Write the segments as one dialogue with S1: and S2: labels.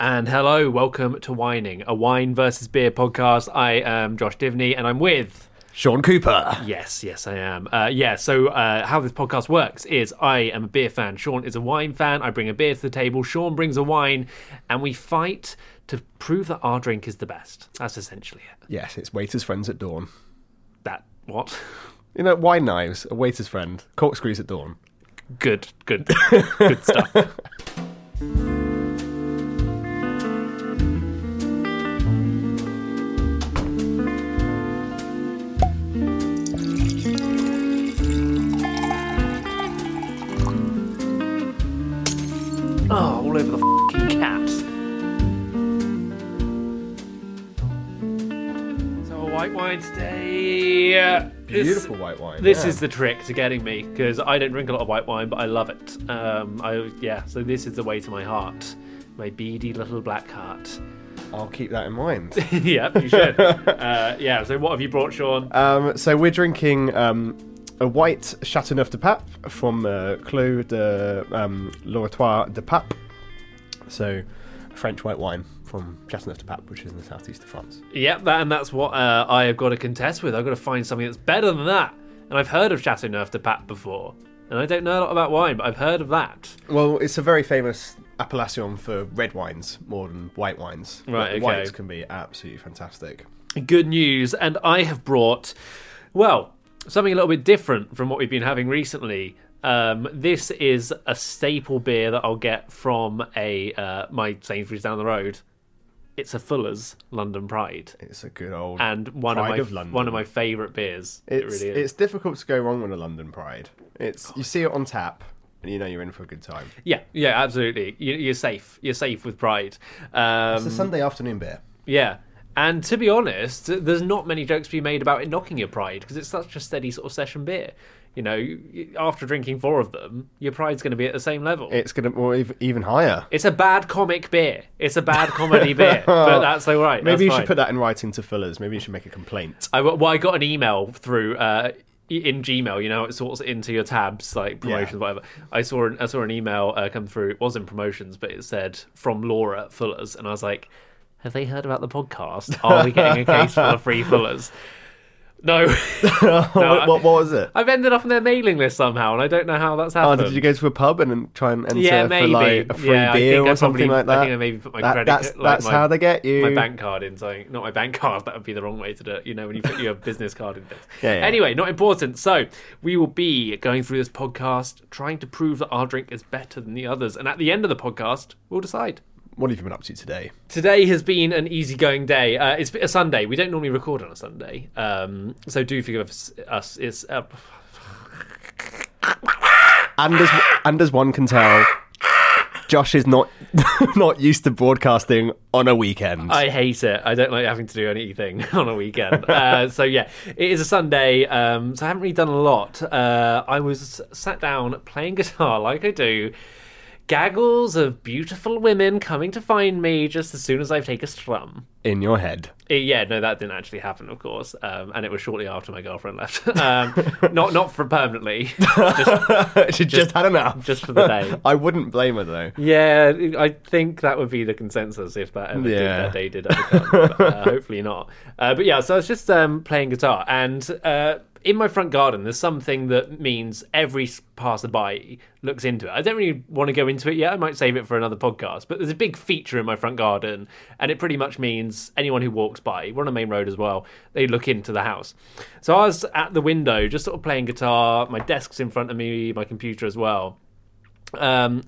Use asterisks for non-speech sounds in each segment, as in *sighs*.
S1: And hello, welcome to Whining, a wine versus beer podcast. I am Josh Divney, and I'm with.
S2: Sean Cooper.
S1: Yes, yes, I am. Uh, yeah, so uh, how this podcast works is I am a beer fan. Sean is a wine fan. I bring a beer to the table. Sean brings a wine, and we fight to prove that our drink is the best. That's essentially it.
S2: Yes, it's waiter's friends at dawn.
S1: That what? *laughs*
S2: You know, wine knives, a waiter's friend, corkscrews at dawn.
S1: Good, good, good stuff. Oh, Oh, all over the fucking cat. So a white wine today. uh, this-
S2: Beautiful white wine.
S1: This
S2: yeah.
S1: is the trick to getting me because I don't drink a lot of white wine, but I love it. Um, I yeah. So this is the way to my heart, my beady little black heart. *laughs*
S2: I'll keep that in mind.
S1: yep, you should. uh, yeah. So what have you brought, Sean?
S2: um, so we're drinking um, a white Chateauneuf de Pape from uh, Clos de um, L'Oratoire de Pape. So a French white wine from Chateauneuf de Pape, which is in the southeast of France.
S1: Yep, that and that's what uh, I have got to contest with. I've got to find something that's better than that. And I've heard of Chateau Neuf de Pat before, and I don't know a lot about wine, but I've heard of that.
S2: Well, it's a very famous appellation for red wines more than white wines.
S1: Right, okay.
S2: But Whites can be absolutely fantastic.
S1: good news, and I have brought, well, something a little bit different from what we've been having recently. Um, this is a staple beer that I'll get from a uh, my Sainsbury's down the road. It's a Fuller's London Pride,
S2: It's a good old
S1: and one
S2: Pride
S1: of my
S2: London.
S1: one of my favourite beers.
S2: It's
S1: it really is.
S2: it's difficult to go wrong with a London Pride. It's you see it on tap, and you know you're in for a good time.
S1: Yeah, yeah, absolutely. You, you're safe. You're safe with Pride. Um,
S2: It's a Sunday afternoon beer.
S1: Yeah. And to be honest, there's not many jokes to be made about it knocking your pride because it's such a steady sort of session beer. You know, you- after drinking four of them, your pride's going to be at the same level.
S2: It's gonna well, ev- even higher.
S1: it's a bad comic beer. It's a bad
S2: *laughs*
S1: comedy beer, but that's all right.
S2: Maybe you
S1: That's
S2: should
S1: fine.
S2: put that in writing to Fuller's. Maybe you should make a complaint. *laughs*
S1: I, well, I got an email through uh, in Gmail. You know, it sorts into your tabs like promotions,
S2: Yeah.
S1: whatever. I saw an, I saw an email uh, come through. It wasn't promotions, but it said from Laura at Fuller's, and I was like, "Have they heard about the podcast? Are we getting a case for the free Fuller's?" *laughs* No, *laughs* No, I-
S2: what, what was it?
S1: I've ended up on their mailing list somehow, and I don't know how that's
S2: Oh,
S1: happened.
S2: did you go to a pub and then try and enter
S1: Yeah,
S2: for
S1: maybe.
S2: like a free
S1: yeah, I
S2: beer
S1: think I
S2: or something
S1: probably-
S2: like that?
S1: I think I maybe put my
S2: That-
S1: credit.
S2: that's
S1: like
S2: that's
S1: my-
S2: how they get you.
S1: My bank card in something. Not my bank card. That would be the wrong way to do it. You know, when you put your
S2: *laughs*
S1: business card in things.
S2: Yeah, yeah.
S1: Anyway, not important. So we will be going through this podcast, trying to prove that our drink is better than the others, and at the end of the podcast, we'll decide.
S2: What have you been up to today?
S1: Today has been an easygoing day. Uh, it's a Sunday. We don't normally record on a Sunday, um, so do forgive us. us it's uh,
S2: And as and as one can tell, Josh is not *laughs* not used to broadcasting on a weekend.
S1: I hate it. I don't like having to do anything *laughs* on a weekend. uh, so yeah, it is a Sunday. Um, so I haven't really done a lot. Uh, I was sat down playing guitar *laughs* like I do. Gaggles of beautiful women coming to find me just as soon as I take a strum.
S2: in your head.
S1: Uh, yeah, no, that didn't actually happen, of course, um, and it was shortly after my girlfriend left. *laughs* um, not not for permanently, *laughs*
S2: she *laughs* just had enough.
S1: just for the day.
S2: *laughs* I wouldn't blame her though.
S1: Yeah, I think that would be the consensus if that ever
S2: Yeah.
S1: did, that day did ever come. but, uh, hopefully not. Uh, but yeah, so I was just um, playing guitar, and uh, in my front garden, there's something that means every s- passerby looks into it. I don't really want to go into it yet. I might save it for another podcast. But there's a big feature in my front garden, and it pretty much means anyone who walks by, we're on a main road as well, they look into the house. So I was at the window, just sort of playing guitar. My desk's in front of me, my computer as well. Um,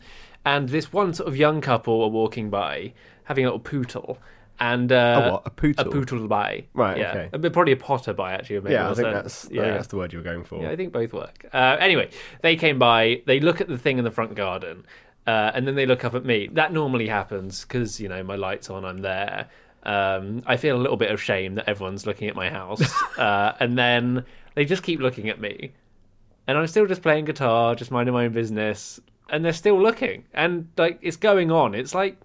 S1: and this one sort of young couple were walking by, having a little poodle. And uh,
S2: A what? A poodle?
S1: A poodle by.
S2: Right,
S1: Yeah.
S2: okay.
S1: A bit- Probably a potter by, actually. Maybe
S2: Yeah, I
S1: was
S2: think
S1: a-
S2: that's I think that's the word you were going for.
S1: yeah, I think both work. Uh, anyway, they came by. They look at the thing in the front garden, uh, and then they look up at me. That normally happens because you know my lights on. I'm there. Um, I feel a little bit of shame that everyone's looking at my house,
S2: *laughs*
S1: uh, and then they just keep looking at me, and I'm still just playing guitar, just minding my own business, and they're still looking, and like it's going on. It's like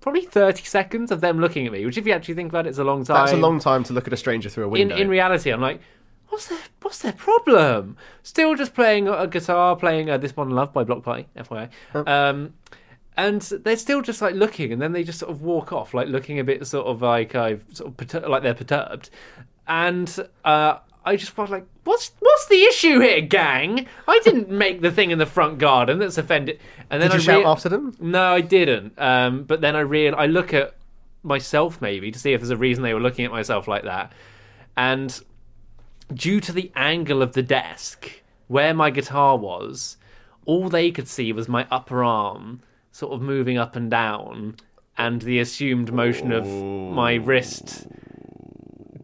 S1: probably 30 seconds of them looking at me, which if you actually think about it, it's a long time
S2: That's a long time to look at a stranger through a
S1: in,
S2: window.
S1: in reality, I'm like, what's their what's their problem? Still just playing a guitar, playing uh, this one love by Block Party, FYI. Um, and they're still just like looking, and then they just sort of walk off, like looking a bit sort of like I've sort of pertur- like they're perturbed, and uh, I just felt like, what's what's the issue here, gang? I didn't make the thing in the front garden that's offended. And then
S2: Did you
S1: I
S2: shout
S1: rea-
S2: after them?
S1: no, I didn't. Um, but then I real I look at myself maybe to see if there's a reason they were looking at myself like that. And due to the angle of the desk where my guitar was, all they could see was my upper arm sort of moving up and down and the assumed motion of
S2: Oh.
S1: my wrist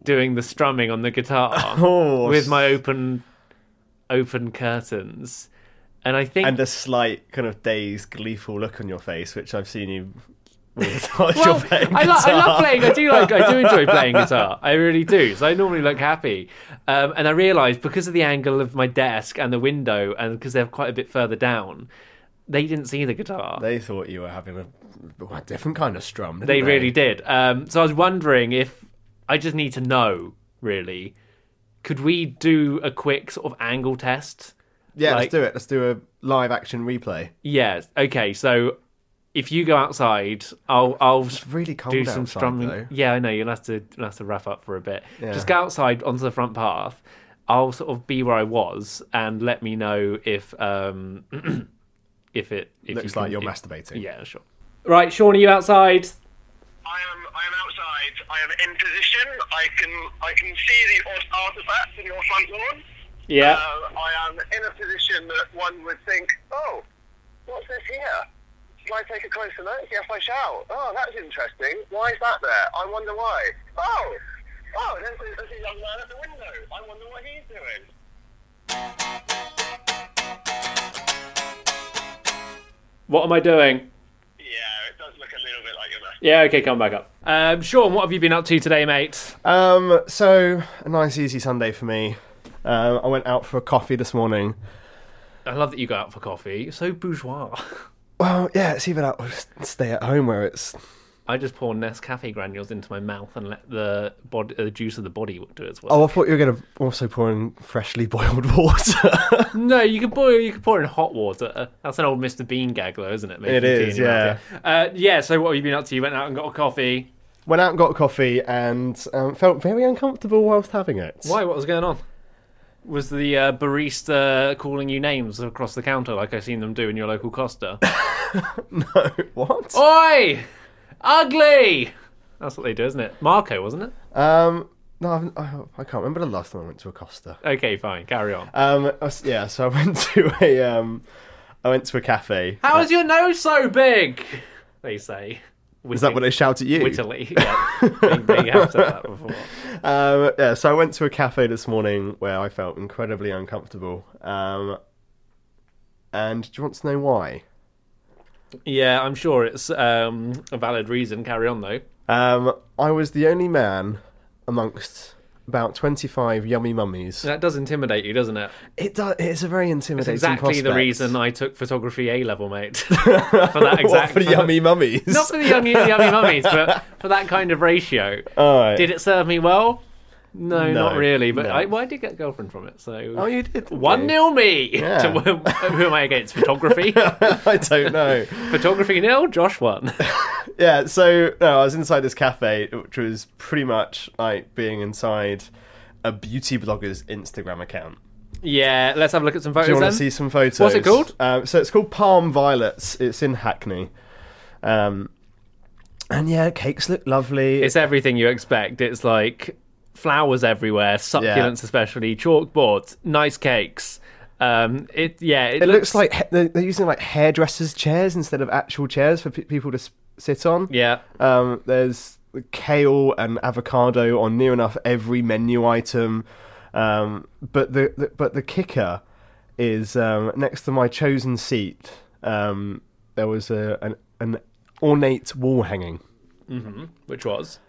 S1: doing the strumming on the guitar
S2: *laughs* Oh,
S1: with my open open curtains. And I think
S2: and a slight kind of dazed, gleeful look on your face, which I've seen you. with *laughs* whilst you're
S1: Well,
S2: playing
S1: I, lo- I
S2: guitar. *laughs*
S1: love playing. I do like. I do enjoy playing guitar. I really do. So I normally look happy, um, and I realised because of the angle of my desk and the window, and because they're quite a bit further down, they didn't see the guitar. They,
S2: They thought you were having a, a different kind of strum. didn't
S1: really did. Um, so I was wondering if I just need to know. Really, could we do a quick sort of angle test?
S2: Yeah,
S1: Like-
S2: let's do it. Let's do a live action replay.
S1: Yes. Okay. So if you go outside, I'll I'll
S2: really cold
S1: do some
S2: outside,
S1: strumming.
S2: though.
S1: Yeah, I know. You'll have to you'll have to wrap up for a bit.
S2: Yeah.
S1: Just go outside onto the front path. I'll sort of be where I was and let me know if um *clears throat* if it if
S2: Looks
S1: you can-
S2: like you're
S1: if-
S2: masturbating.
S1: Yeah, sure. Right, Sean, are you outside?
S3: I am I am outside. I am in position. I can I can see the odd artifacts in your front lawn.
S1: Yeah.
S3: Uh, I am in a position that one would think, oh, what's this here? Shall I take a closer look? Yes, I shall. Oh, that's interesting. Why is that there? I wonder why. Oh, oh, there's a, there's a young man at the window. I wonder what he's doing.
S1: what am I doing?
S3: Yeah, it does look a little bit like you're masturbating.
S1: Yeah, okay, come back up. Um, Sean, what have you been up to today, mate?
S2: Um, so a nice easy Sunday for me. Um, I went out for a coffee this morning.
S1: I love that you go out for coffee. You're so bourgeois.
S2: Well, yeah, it's either that or just stay at home where it's
S1: I just pour Nescafe granules into my mouth and let the bod uh, the juice of the body do its work.
S2: Oh, I thought you were going to also pour in freshly boiled *laughs* water.
S1: No, you could boil. You could pour it in hot water. That's an old Mr. Bean gag, though, isn't it? Making
S2: It is,
S1: tea in your mouth, yeah. Uh, yeah. So, what have you been up to? You went out and got a coffee.
S2: Went out and got a coffee and um, felt very uncomfortable whilst having it.
S1: Why? What was going on? Was the uh, barista calling you names across the counter, like I've seen them do in your local
S2: *laughs*
S1: Costa?
S2: *laughs* What?
S1: Oi, ugly! That's what they do, isn't it? Marco, wasn't it?
S2: Um, no, I've, I, I can't remember the last time I went to a Costa.
S1: Okay, fine. Carry on.
S2: Um, I was- yeah, so I *laughs* went to a um, I went to a cafe.
S1: How is your nose so big? They say.
S2: Is that what they shout at you?
S1: Wittily, yeah. they,
S2: *laughs*
S1: they have said that before.
S2: Um, yeah, so I went to a cafe this morning where I felt incredibly uncomfortable. Um, and do you want to know why?
S1: Yeah, I'm sure it's um, a valid reason. Carry on though.
S2: Um, I was the only man amongst about 25 yummy mummies.
S1: That does intimidate you, doesn't it?
S2: It does, it is a very
S1: It's
S2: intimidating
S1: exactly the
S2: prospect.
S1: reason I took photography A level, mate. for that exact
S2: *laughs* What, for the yummy
S1: *laughs*
S2: mummies. *laughs*
S1: Not for the young, yummy mummies, but for that kind of ratio.
S2: Alright.
S1: Did it serve me well? No,
S2: No,
S1: not really. But
S2: no.
S1: I, well, I did get a girlfriend from it, so
S2: Oh, you did. didn't
S1: one
S2: you?
S1: nil me. *laughs*
S2: Yeah.
S1: To, who am I against? Photography.
S2: *laughs* I don't know.
S1: photography nil. Josh
S2: *laughs*
S1: won.
S2: yeah, so no, I was inside this cafe, which was pretty much like being inside a beauty blogger's Instagram account.
S1: Yeah, let's have a look at some photos.
S2: Do you want
S1: then.
S2: to see some photos?
S1: What's it called?
S2: Um, so it's called Palm Violets. It's in Hackney. Um, and yeah, cakes look lovely.
S1: It's everything you expect. It's like flowers everywhere, succulents
S2: Yeah.
S1: especially, chalkboards, nice cakes. Um, it yeah, it,
S2: it looks like he- they're they're using like hairdressers' chairs instead of actual chairs for pe- people to s- sit on.
S1: yeah.
S2: Um, there's kale and avocado on near enough every menu item. Um, but the, the but the kicker is um, next to my chosen seat. Um, there was a an, an ornate wall hanging,
S1: Which was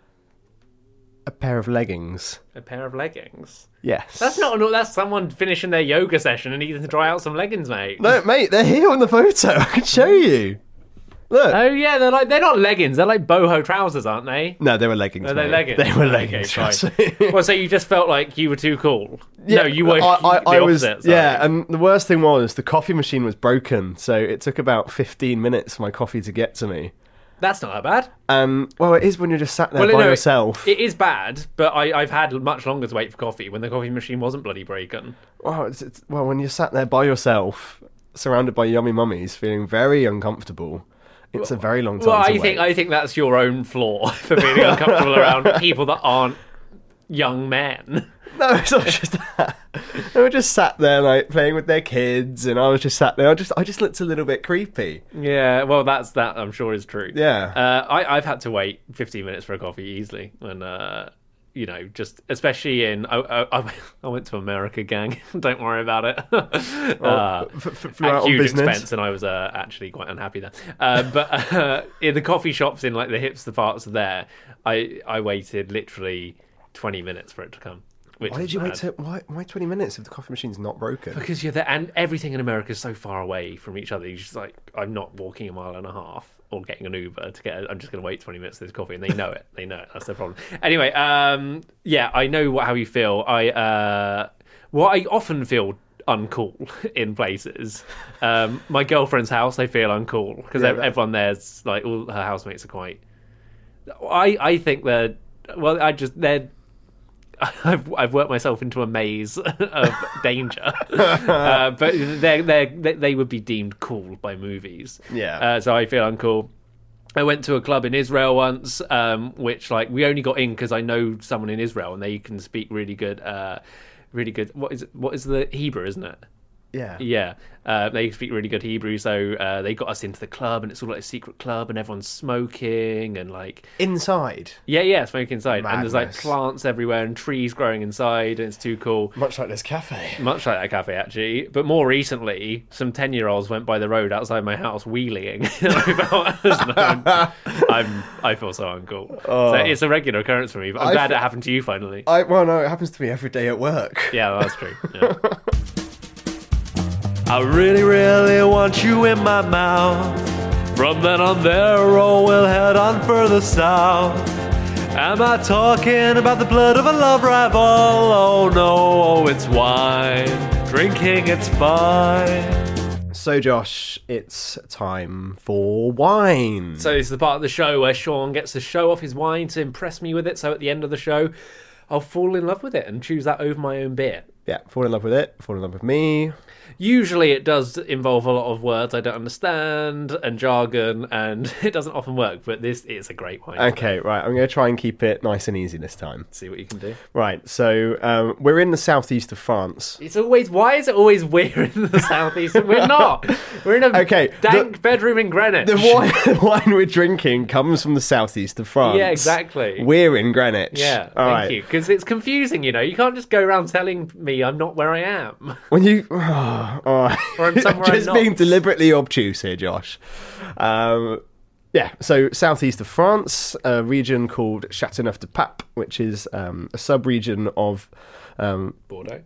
S2: a pair of leggings.
S1: a pair of leggings.
S2: Yes,
S1: That's not an, that's someone finishing their yoga session and needing to dry out some leggings, mate.
S2: No, mate, they're here on the photo. I can show you. Look.
S1: Oh yeah, they're like they're not leggings. They're like boho trousers, aren't they?
S2: no, they were leggings.
S1: Are they
S2: mate.
S1: leggings?
S2: They were
S1: Okay,
S2: leggings.
S1: fine.
S2: trust me.
S1: well, so you just felt like you were too cool. no, you were.
S2: I,
S1: *laughs*
S2: I,
S1: the
S2: I was.
S1: opposite, sorry.
S2: yeah, and the worst thing was the coffee machine was broken, so it took about fifteen minutes for my coffee to get to me.
S1: that's not that bad.
S2: And well, it is when you're just sat there
S1: Well,
S2: by
S1: no, it-
S2: yourself.
S1: It is bad, but I, I've had much longer to wait for coffee when the coffee machine wasn't bloody broken.
S2: well, it's, it's, well, when you're sat there by yourself, surrounded by yummy mummies, feeling very uncomfortable. It's a very long time.
S1: Well,
S2: to
S1: I
S2: wait.
S1: think I think that's your own flaw *laughs* for being uncomfortable around
S2: *laughs*
S1: people that aren't young men.
S2: No, it's not just that. They were just sat there, like playing with their kids, and I was just sat there. I just, I just looked a little bit creepy.
S1: Yeah, well, that's that. I'm sure is true.
S2: Yeah.
S1: uh, I, I've had to wait 15 minutes for a coffee easily, and uh, you know, just especially in I, I, I- I went to America, gang. *laughs* Don't worry about it. *laughs* uh,
S2: f-
S1: at
S2: f- out on
S1: huge
S2: business.
S1: expense, and I was uh, actually quite unhappy there. Uh, but *laughs* uh, in the coffee shops in like the hipster parts of there, I I waited literally 20 minutes for it to come. Which
S2: Why
S1: is
S2: did you wait
S1: mad.
S2: to why, why twenty minutes if the coffee machine's not broken?
S1: Because you're there, and everything in America is so far away from each other. You're just like, I'm not walking a mile and a half or getting an Uber to get. A, I'm just going to wait 20 minutes for this coffee, and they know it. They know it. That's their problem. Anyway, um, yeah, I know what, how you feel. I uh, well, I often feel uncool *laughs* in places. Um, my girlfriend's house, I feel uncool because
S2: that-
S1: everyone there's like all her housemates are quite. I I think they're well. I just they're I've I've worked myself into a maze *laughs* of danger, uh, but they they they would be deemed cool by movies.
S2: Yeah.
S1: uh, so I feel uncool. I went to a club in Israel once, um, which like we only got in because I know someone in Israel and they can speak really good, uh, really good. What is it, what is the Hebrew, isn't it?
S2: Yeah.
S1: Yeah, uh, they speak really good Hebrew, so uh, they got us into the club, and it's all like a secret club, and everyone's smoking, and like
S2: Inside.
S1: yeah, yeah, smoking inside, and there's like
S2: Madness.
S1: plants everywhere and trees growing inside, and it's too cool.
S2: Much like this cafe.
S1: Much like that cafe, actually. But more recently, some ten-year-olds went by the road outside my house wheeling. *laughs* I felt-
S2: *laughs*
S1: I'm, I feel so uncool. So it's a regular occurrence for me. But I'm
S2: Oh. I
S1: glad
S2: fe-
S1: it happened to you finally.
S2: I well no, it happens to me every day at work.
S1: yeah, that's true. Yeah.
S4: *laughs* I really, really want you in my mouth. From then on, there, oh, we'll head on further south. Am I talking about the blood of a love rival? Oh no, oh, it's wine. Drinking, it's fine.
S2: So Josh, it's time for wine.
S1: So this is the part of the show where Sean gets to show off his wine to impress me with it. So at the end of the show, I'll fall in love with it and choose that over my own beer.
S2: yeah, fall in love with it, fall in love with me.
S1: Usually, it does involve a lot of words I don't understand and jargon, and *laughs* it doesn't often work. But this is a great wine.
S2: Okay, right, I'm gonna try and keep it nice and easy this time.
S1: See what you can do.
S2: Right, so um, we're in the southeast of France.
S1: It's always why is it always we're in the *laughs* southeast? and We're not. We're in a
S2: Okay, the-
S1: dank bedroom in Greenwich.
S2: The wine, *laughs* the wine we're drinking comes from the southeast of France.
S1: Yeah, exactly.
S2: We're in Greenwich.
S1: yeah,
S2: All
S1: thank
S2: right.
S1: you. Because it's confusing, you know. You can't just go around telling me I'm not where I am. *laughs*
S2: When you, *sighs* oh, *laughs* all right.
S1: Or I'm somewhere I'm
S2: just
S1: not.
S2: being deliberately obtuse here, Josh. Um, yeah, so southeast of France, a region called Châteauneuf-du-Pape, which is um, a sub-region of um,
S1: Bordeaux.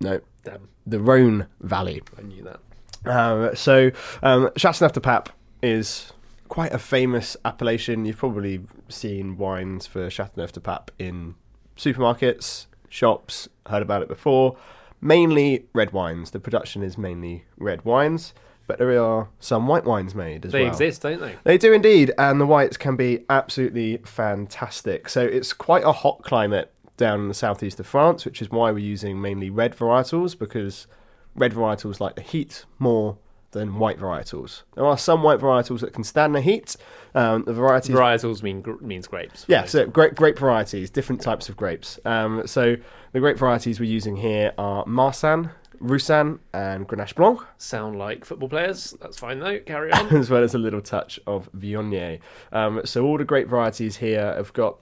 S2: no,
S1: Damn,
S2: the Rhone Valley.
S1: I knew that.
S2: Um, so, um, Chateauneuf-du-Pape is quite a famous appellation. You've probably seen wines for Chateauneuf-du-Pape in supermarkets, shops, heard about it before. Mainly red wines. The production is mainly red wines, but there are some white wines made as
S1: They
S2: well.
S1: exist, don't they?
S2: They do indeed, and the whites can be absolutely fantastic. So it's quite a hot climate down in the southeast of France, which is why we're using mainly red varietals because red varietals like the heat more than white varietals. There are some white varietals that can stand the heat. Um, the varieties
S1: Varietals mean gr- means grapes.
S2: yeah, so grape, grape varieties, different types of grapes. Um, so the grape varieties we're using here are Marsan, Roussan, and Grenache Blanc,
S1: Sound like football players. That's fine though.
S2: *laughs*
S1: Carry on.
S2: as well as a little touch of Viognier. Um, so all the grape varieties here have got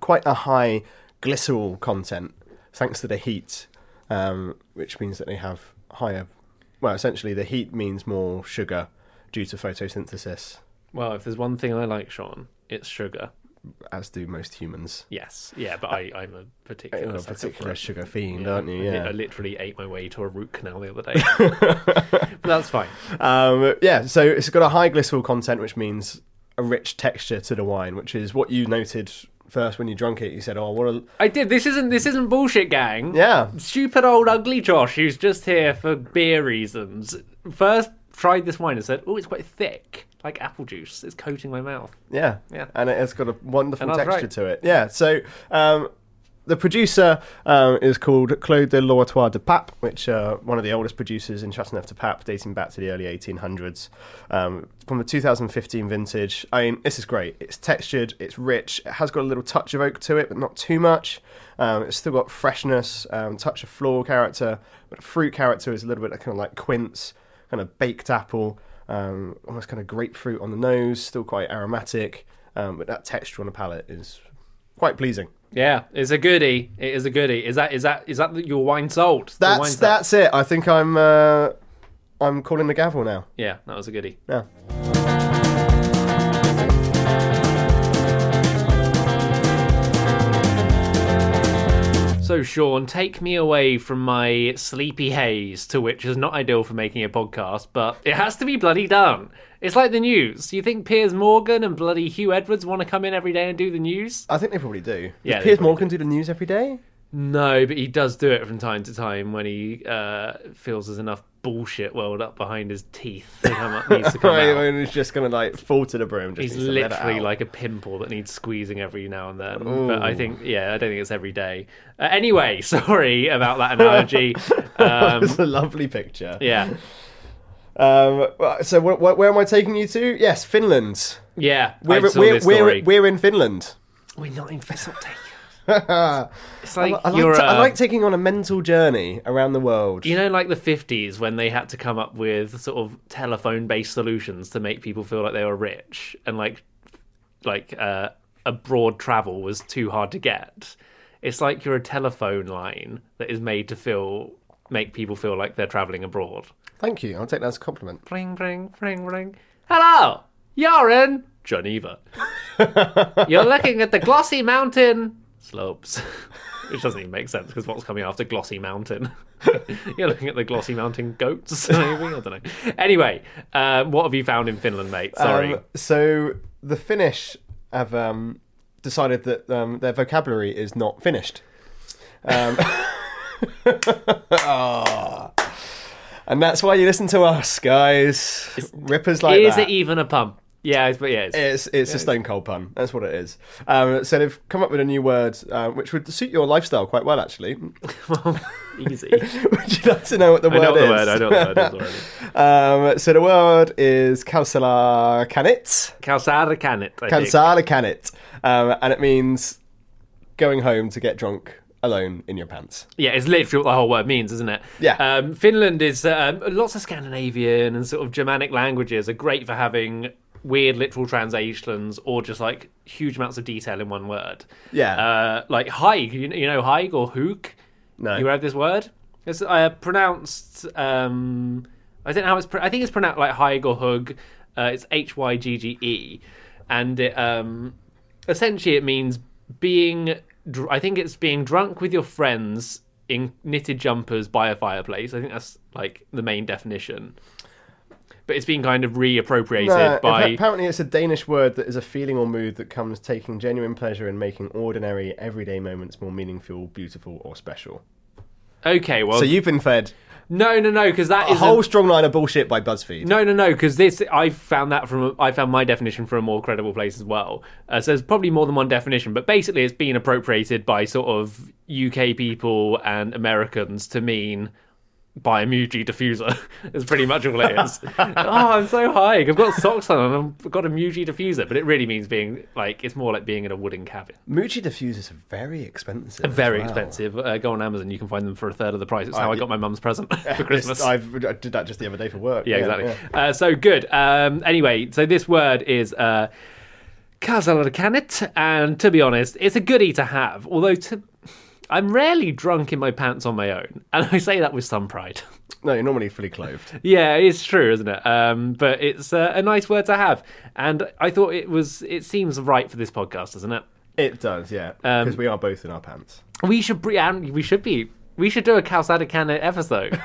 S2: quite a high glycerol content thanks to the heat, um, which means that they have higher. Well, essentially, the heat means more sugar due to photosynthesis,
S1: well, if there's one thing I like, Sean, it's sugar.
S2: as do most humans.
S1: Yes. Yeah, but I, I'm a particular,
S2: Uh, You're a
S1: sucker for
S2: particular
S1: it.
S2: sugar fiend,
S1: Yeah,
S2: aren't you?
S1: I-
S2: Yeah.
S1: I literally ate my way to a root canal the other day.
S2: *laughs*
S1: but that's fine.
S2: Um, yeah, so it's got a high glycerol content, which means a rich texture to the wine, which is what you noted first when you drunk it. You said, "Oh, what a
S1: I did. This isn't this isn't bullshit, gang.
S2: yeah."
S1: Stupid old ugly Josh, who's just here for beer reasons, first tried this wine and said, "Oh, it's quite thick, like apple juice. It's coating my mouth."
S2: Yeah,
S1: Yeah.
S2: and it has got a wonderful
S1: And I was
S2: texture
S1: right.
S2: to it. Yeah, so um, the producer um, is called Claude de Loirotois de Pape, which uh, one of the oldest producers in Chateauneuf de Pape, dating back to the early 1800s. Um, from the 2015 vintage, I mean, this is great. It's textured, it's rich, it has got a little touch of oak to it, but not too much. Um, it's still got freshness, um, touch of floral character, but fruit character is a little bit kind of like quince, kind of baked apple um, almost kind of grapefruit on the nose, still quite aromatic, um, but that texture on the palate is quite pleasing.
S1: Yeah, it's a goodie. It is a goodie. Is that is that is that your wine sold? The
S2: That's
S1: wine's up.
S2: that's it. I think I'm uh, I'm calling the gavel now.
S1: Yeah, that was a goodie.
S2: Yeah.
S1: So, Sean, take me away from my sleepy haze, to which is not ideal for making a podcast, but it has to be bloody done. It's like the news. You think Piers Morgan and bloody Hugh Edwards want to come in every day and do the news?
S2: I think they probably do.
S1: Yeah,
S2: Does
S1: they
S2: Piers
S1: probably
S2: Morgan do. the news every day?
S1: No, but he does do it from time to time when he uh, feels there's enough bullshit welled up behind his teeth to come up,
S2: *laughs*
S1: needs to come
S2: I
S1: out.
S2: mean, it's just gonna like fall to the brim. Just
S1: He's
S2: needs to let it
S1: literally
S2: out. *laughs*
S1: like a pimple that needs squeezing every now and then. But I think, yeah, I don't think it's every day. Uh, anyway, *laughs* sorry about that analogy. um,
S2: It's a lovely picture.
S1: yeah.
S2: Um, well, so wh- wh- where am I taking you to? Yes, Finland.
S1: Yeah,
S2: We're
S1: I saw
S2: we're,
S1: this
S2: we're,
S1: story.
S2: we're in Finland.
S1: We're not in Fist
S2: *laughs*
S1: Take. it's like
S2: I like,
S1: you're,
S2: ta- I
S1: uh,
S2: like taking on a mental journey around the world.
S1: you know, like the 50s when they had to come up with sort of telephone-based solutions to make people feel like they were rich, and like, like uh, abroad travel was too hard to get. It's like you're a telephone line that is made to feel make people feel like they're traveling abroad.
S2: Thank you. I'll take that as a compliment.
S1: Ring, ring, ring, ring. Hello, you're in *laughs* Geneva. you're looking at the glossy mountain *laughs* slopes, which doesn't even make sense because what's coming after glossy mountain? *laughs* you're looking at the glossy mountain goats, *laughs* maybe. I don't know. Anyway, um, what have you found in Finland, mate? Sorry.
S2: Um, so the Finnish have um, decided that um, their vocabulary is not finished. Um, *laughs* Ah. And that's why you listen to us, guys. Rippers like
S1: is
S2: that.
S1: it even a pump? Yeah, it's- but yeah, it's,
S2: It's it's a stone cold pun. That's what it is. Um, so they've come up with a new word, uh, which would suit your lifestyle quite well, actually. *laughs* would
S1: easy.
S2: *laughs* you like to know what the
S1: I
S2: word
S1: know
S2: is?
S1: the word. I know what the word is already.
S2: *laughs*
S1: *laughs*
S2: Um, so the word is Kausala Kanit.
S1: Kalsara Kanit. I think.
S2: Kansala Kanit. Um, and it means going home to get drunk alone in your pants.
S1: Yeah, it's literally what the whole word means, isn't it?
S2: Yeah.
S1: Um, Finland is um, lots of Scandinavian and sort of Germanic languages are great for having weird literal translations or just like huge amounts of detail in one word.
S2: Yeah.
S1: Uh, like Haig, you, you know Haig or Hook?
S2: No.
S1: You have this word? It's uh, pronounced. Um, I don't know how it's. Pro- I think it's pronounced like Haig or Hug. Uh, it's H Y G G E, and it, um, essentially it means being. Dr- I think it's being drunk with your friends in knitted jumpers by a fireplace. I think that's like the main definition. But it's been kind of reappropriated
S2: No,
S1: by.
S2: Uh, appa- apparently, it's a Danish word that is a feeling or mood that comes taking genuine pleasure in making ordinary, everyday moments more meaningful, beautiful, or special.
S1: okay, well,
S2: So you've been fed
S1: No, no, no, because that
S2: A
S1: is
S2: whole strong line of bullshit by BuzzFeed.
S1: No, no, no, because this I found that from I found my definition from a more credible place as well. Uh, so there's probably more than one definition, but basically it's been appropriated by sort of UK people and Americans to mean by a Muji diffuser. *laughs* is pretty much all it *laughs* is. oh, I'm so high. I've got socks on and I've got a Muji diffuser, but it really means being like it's more like being in a wooden cabin.
S2: Muji diffusers are very expensive. as
S1: Very
S2: well.
S1: expensive. Uh, go on Amazon, you can find them for a third of the price. It's how I
S2: yeah.
S1: got my mum's *laughs* present for Christmas.
S2: Just- I've, I did that just the other day for work.
S1: Yeah, exactly. Uh, so good. Um, anyway, so this word is uh, kazalakanet, and to be honest, it's a goodie to have. Although to, I'm rarely drunk in my pants on my own, and I say that with some pride. *laughs*
S2: No, you're normally fully clothed.
S1: yeah, it's true, isn't it? Um, but it's uh, a nice word to have, and I thought it was. It seems right for this podcast, doesn't it?
S2: It does, yeah. Because we are both in our pants.
S1: We should be. and We should be. We should do a Calzadakanet episode.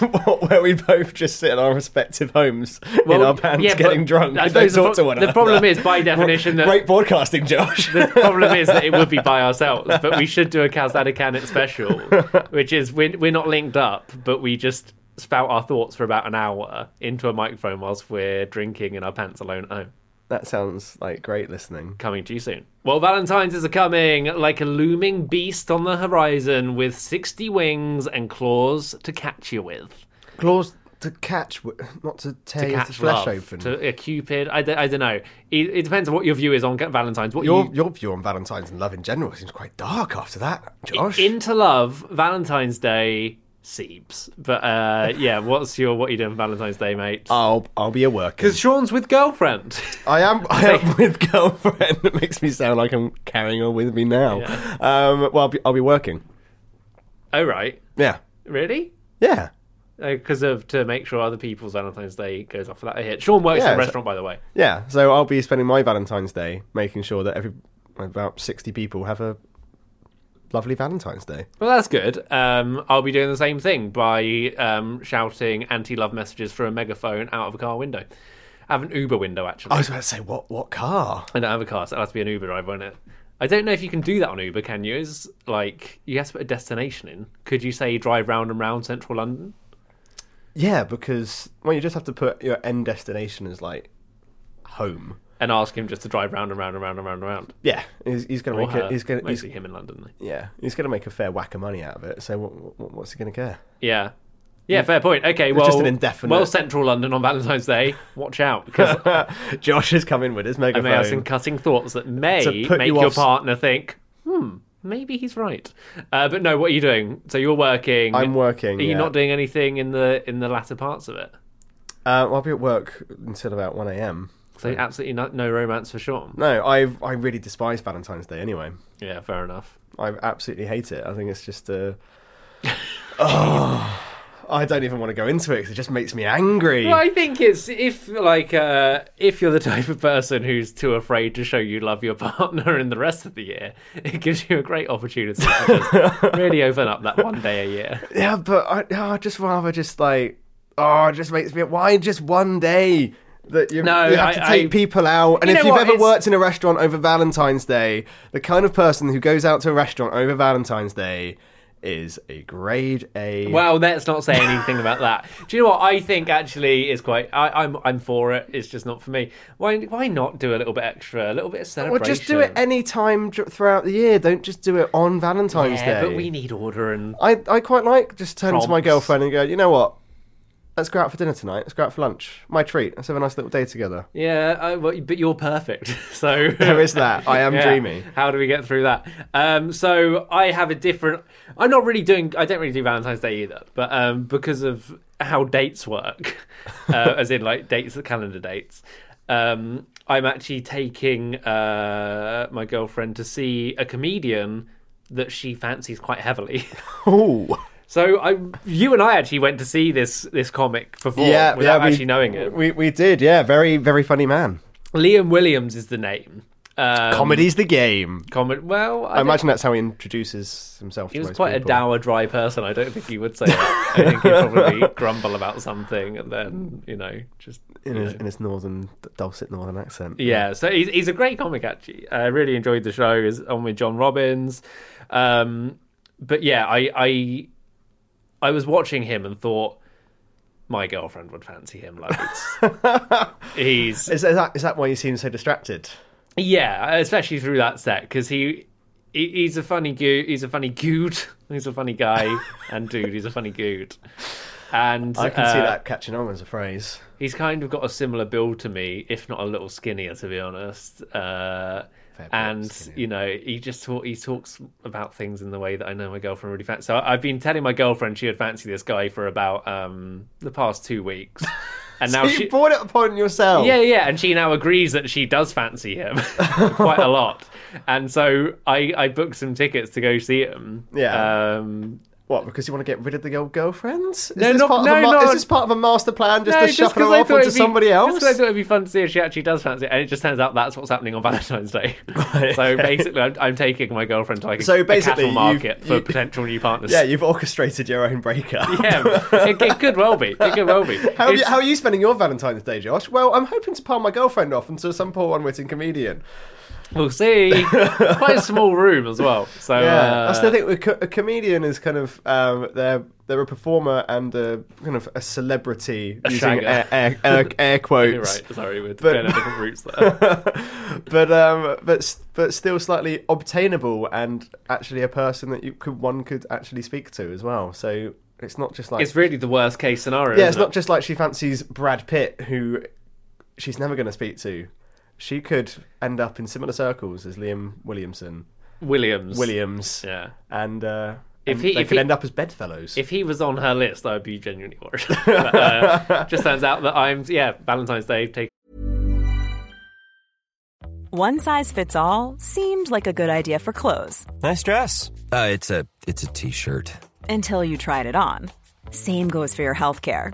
S2: *laughs* Where we both just sit in our respective homes in
S1: Well,
S2: our pants
S1: yeah,
S2: getting
S1: but
S2: drunk.
S1: I
S2: and don't
S1: suppose the
S2: talk to
S1: pro-
S2: one
S1: the
S2: another.
S1: problem is, by definition, that-
S2: Great broadcasting, Josh. *laughs*
S1: The problem is that it would be by ourselves, but we should do a Calzada Canet
S2: *laughs*
S1: special, which is we're, we're not linked up, but we just spout our thoughts for about an hour into a microphone whilst we're drinking in our pants alone at home.
S2: that sounds like great listening.
S1: Coming to you soon. Well, Valentine's is a coming like a looming beast on the horizon with 60 wings and claws to catch you with.
S2: Claws to catch, w- not to tear
S1: To
S2: your
S1: catch
S2: flesh
S1: love,
S2: open.
S1: to a cupid. I, d- I don't know. It, it depends on what your view is on Valentine's. What
S2: Your,
S1: you,
S2: your view on Valentine's and love in general seems quite dark after that, Josh.
S1: into love valentine's day seeps but uh yeah what's your what are you doing for valentine's day mate
S2: I'll I'll be a worker.
S1: because sean's with girlfriend *laughs*
S2: I am I am with girlfriend. It makes me sound like I'm carrying her with me now. Um, well, I'll be, I'll be working.
S1: oh right
S2: Yeah,
S1: really
S2: yeah.
S1: because of to make sure other people's valentine's day goes off without a hit sean works
S2: Yeah,
S1: in a
S2: so-
S1: restaurant by the way
S2: Yeah, so I'll be spending my Valentine's Day making sure that every about sixty people have a lovely Valentine's Day.
S1: well that's good um i'll be doing the same thing by um shouting anti-love messages through a megaphone out of a car window I have an uber window actually
S2: I was about to say, what what car?
S1: I don't have a car, so it'll have to be an Uber driver, won't it? I don't know if you can do that on Uber, can you? Is like you have to put a destination in. Could you say drive round and round central London?
S2: Yeah, because well, you just have to put your end destination as like home.
S1: And ask him just to drive round and round and round and round and round.
S2: Yeah, he's, he's gonna
S1: Or
S2: make
S1: her,
S2: it. He's gonna he's,
S1: mostly him in London.
S2: yeah, he's gonna make a fair whack of money out of it. So what, what, what's he gonna care?
S1: Yeah. Yeah, fair point. Okay, well,
S2: just an indefinite-
S1: well, central London on Valentine's Day. Watch out
S2: *laughs*
S1: because
S2: *laughs* Josh has come in with his
S1: I
S2: megaphone.
S1: may have some cutting thoughts that may
S2: To put
S1: make
S2: you
S1: your
S2: off-
S1: partner think, hmm, maybe he's right. Uh, but no, what are you doing? So you're working.
S2: I'm working,
S1: Are you
S2: yeah.
S1: not doing anything in the in the latter parts of it?
S2: Uh, well, I'll be at work until about 1 a.m.
S1: So absolutely no, no romance for Sean.
S2: No, I I really despise Valentine's Day anyway.
S1: Yeah, fair enough.
S2: I absolutely hate it. I think it's just *laughs* Uh, oh, I don't even want to go into it because it just makes me angry.
S1: Well, I think it's if like uh, if you're the *laughs* type of person who's too afraid to show you love your *laughs* partner in the rest of the year, it gives you a great opportunity to
S2: *laughs*
S1: just really open up that one day a year.
S2: Yeah, but I, oh, I just rather just like oh, it just makes me why just one day that you,
S1: No,
S2: you have
S1: I-
S2: to take
S1: I-
S2: people out. And
S1: You
S2: if
S1: know
S2: you've
S1: what,
S2: ever
S1: it's-
S2: worked in a restaurant over Valentine's Day, the kind of person who goes out to a restaurant over Valentine's Day is a grade A.
S1: Well, let's not say anything about that. Do you know what I think? Actually, is quite. I, I'm I'm for it. It's just not for me. Why why not do a little bit extra, a little bit of
S2: Well,
S1: celebration?
S2: just do it any time dr- throughout the year. Don't just do it on Valentine's
S1: yeah,
S2: Day.
S1: but we need order and
S2: I, I quite like just turning to my
S1: Prompts.
S2: girlfriend and go, you know what? Let's go out for dinner tonight. Let's go out for lunch. My treat. Let's have a nice little day together.
S1: yeah. I, well, but you're perfect, *laughs* so *laughs*
S2: There is that. I am
S1: Yeah.
S2: dreamy.
S1: How do we get through that? Um, so I have a different. I'm not really doing. I don't really do Valentine's Day either, but um, because of how dates work, *laughs* uh, as in like dates, the calendar dates. Um, I'm actually taking uh, my girlfriend to see a comedian that she fancies quite heavily. *laughs*
S2: Ooh.
S1: so I, you and I actually went to see this this comic before
S2: yeah,
S1: without
S2: yeah, we-
S1: actually knowing it.
S2: We, we did, yeah. Very, very funny man.
S1: Liam Williams is the name. Um,
S2: Comedy's the game.
S1: Comment. Well, I,
S2: I
S1: don't
S2: imagine that's how he introduces himself
S1: He
S2: to
S1: was
S2: most
S1: quite a
S2: people.
S1: dour, dry person. I don't think he would say it. I think he'd
S2: *laughs*
S1: probably grumble about something and then, you know, just.
S2: In
S1: you
S2: his,
S1: know.
S2: in his northern, dulcet northern accent.
S1: Yeah, so he's, he's a great comic, actually. I really enjoyed the show. He's on with John Robbins. Um, but yeah, I, I I was watching him and thought, my girlfriend would fancy him loads.
S2: *laughs*
S1: He's
S2: Is that, is that why you seem so distracted?
S1: yeah, especially through that set because he, he he's a funny goo. He's a funny dude. He's a funny
S2: *laughs*
S1: guy and dude. He's a funny dude. And
S2: I can see
S1: uh,
S2: that catching on as a phrase.
S1: He's kind of got a similar build to me, if not a little skinnier, to be honest. Uh,
S2: Fair bit
S1: and
S2: skinnier.
S1: you know, he just talk, he talks about things in the way that I know my girlfriend really fancy. So I- I've been telling my girlfriend she would fancy this guy for about um, the past two
S2: *laughs*
S1: weeks, and now
S2: you
S1: she.
S2: brought it upon yourself.
S1: Yeah, yeah, and she now agrees that she does fancy him *laughs* quite a lot, and so I, I booked some tickets to go see him.
S2: Yeah.
S1: um,
S2: What? Because you want to get rid of the old girlfriends? Is
S1: No,
S2: this
S1: not-
S2: part of
S1: no,
S2: a ma-
S1: no.
S2: Is this part of a master plan just
S1: No,
S2: to shuffle
S1: 'cause
S2: her
S1: I
S2: off
S1: thought
S2: onto
S1: it'd be-
S2: somebody
S1: just 'cause
S2: else?
S1: I thought it'd be fun to see if she actually does fancy it, and it just turns out that's what's happening on *laughs* Valentine's
S2: *laughs*
S1: Day. so basically, I'm, I'm taking my girlfriend to like a,
S2: So
S1: a cattle
S2: basically, you've-
S1: market for
S2: you-
S1: potential new partners.
S2: Yeah, you've orchestrated your own breakup.
S1: *laughs* yeah, it, it could well be. It could well be.
S2: *laughs* How are, you,
S1: It's-
S2: how are you spending your Valentine's Day, Josh? Well, I'm hoping to palm my girlfriend off into some poor unwitting comedian.
S1: We'll
S2: *laughs*
S1: see. Quite a small room as well. So
S2: Yeah,
S1: uh,
S2: that's the thing. A, co- a comedian is kind of um, they're they're a performer and a kind of a celebrity using
S1: shagger.
S2: air, air, air, air quotes.
S1: *laughs* You're right. Sorry, we're
S2: But-
S1: going down different routes
S2: *laughs*
S1: there.
S2: but um, but s- but still slightly obtainable and actually a person that you could one could actually speak to as well. So it's not just like
S1: It's really the worst case scenario.
S2: yeah, it's
S1: isn't it?
S2: not just like she fancies Brad Pitt, who she's never going to speak to. She could end up in similar circles as Liam Williamson,
S1: Williams.
S2: Williams,
S1: Yeah.
S2: and uh,
S1: If
S2: and
S1: he-
S2: they
S1: if
S2: could
S1: he-
S2: end up as bedfellows.
S1: If he was on her list, I'd be genuinely
S2: *laughs*
S1: worried. But, uh, just turns out that I'm yeah Valentine's Day taking.
S5: One size fits all seemed like a good idea for clothes
S6: Nice dress. Uh, it's a it's a t-shirt.
S5: until you tried it on. Same goes for your healthcare.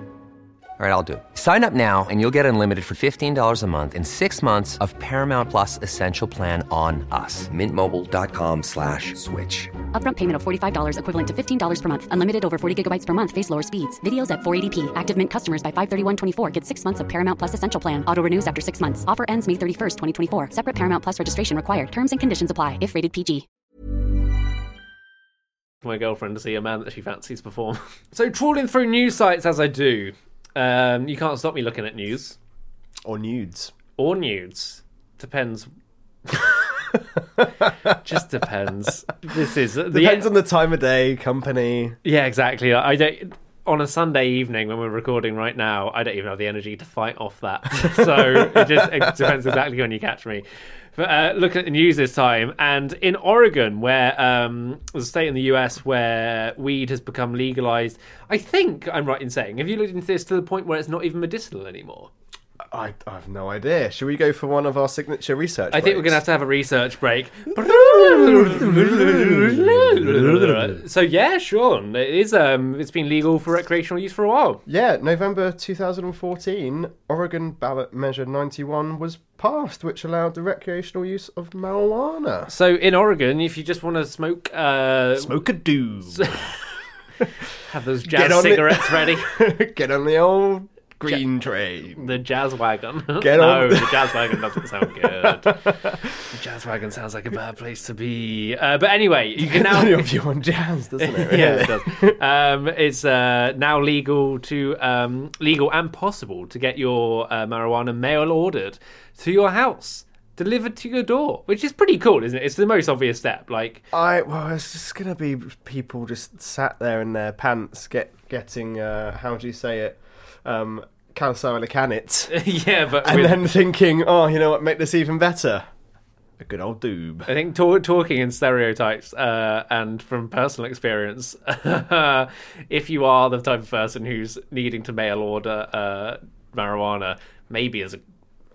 S7: All right, I'll do it. Sign up now and you'll get unlimited for $15 a month in six months of Paramount Plus Essential Plan on us. Mintmobile.com slash switch.
S8: Upfront payment of $45 equivalent to $15 per month. Unlimited over 40 gigabytes per month. Face lower speeds. Videos at 480p. Active Mint customers by 531.24 get six months of Paramount Plus Essential Plan. Auto renews after six months. Offer ends May 31st, 2024. Separate Paramount Plus registration required. Terms and conditions apply if rated PG.
S1: my girlfriend to see a man that she fancies perform. *laughs* so trawling through news sites as I do, um, you can't stop me looking at news
S2: or nudes.
S1: or nudes. Depends. *laughs* Just depends. This is
S2: Depends on the time of day, company.
S1: yeah, exactly. I don't. On a Sunday evening when we're recording right now, I don't even have the energy to fight off that. *laughs* So it just it depends exactly when you catch me. But uh, looking at the news this time, and in Oregon, where um, there's a state in the US where weed has become legalized, I think I'm right in saying, have you looked into this to the point where it's not even medicinal anymore?
S2: I, I have no idea. Should we go for one of our signature research?
S1: I think we're going to have
S2: breaks?
S1: to have a research break. so yeah, sure, it is. Um, it's been legal for recreational use for a while.
S2: Yeah, November 2014, Oregon ballot measure 91 was passed, which allowed the recreational use of marijuana.
S1: So in Oregon, if you just want to smoke, uh,
S2: Smoke a do.
S1: have those
S2: Get
S1: jazz
S2: on it.
S1: cigarettes ready,
S2: *laughs* Get on the old green train.
S1: the jazz wagon.
S2: *laughs* Get
S1: no,
S2: on.
S1: the jazz wagon doesn't sound
S2: *laughs*
S1: good. the jazz wagon sounds like a bad place to be. Uh, but anyway, you can
S2: *laughs*
S1: now.
S2: Now your view on jazz, doesn't *laughs*
S1: *laughs*
S2: it?
S1: yeah,
S2: really?
S1: it does. Um, it's uh, now legal to um, legal and possible to get your uh, marijuana mail ordered to your house, delivered to your door, which is pretty cool, isn't it? It's the most obvious step. Like, *laughs*
S2: I well, it's just gonna be people just sat there in their pants, get getting uh, how do you say it, um, Kansara Lakanit. *laughs*
S1: yeah, but
S2: And
S1: with,
S2: then thinking, oh, you know what, make this even better. A good old doob.
S1: I think talk, talking in stereotypes uh, and from personal experience, *laughs* if you are the type of person who's needing to mail order uh, marijuana, maybe as an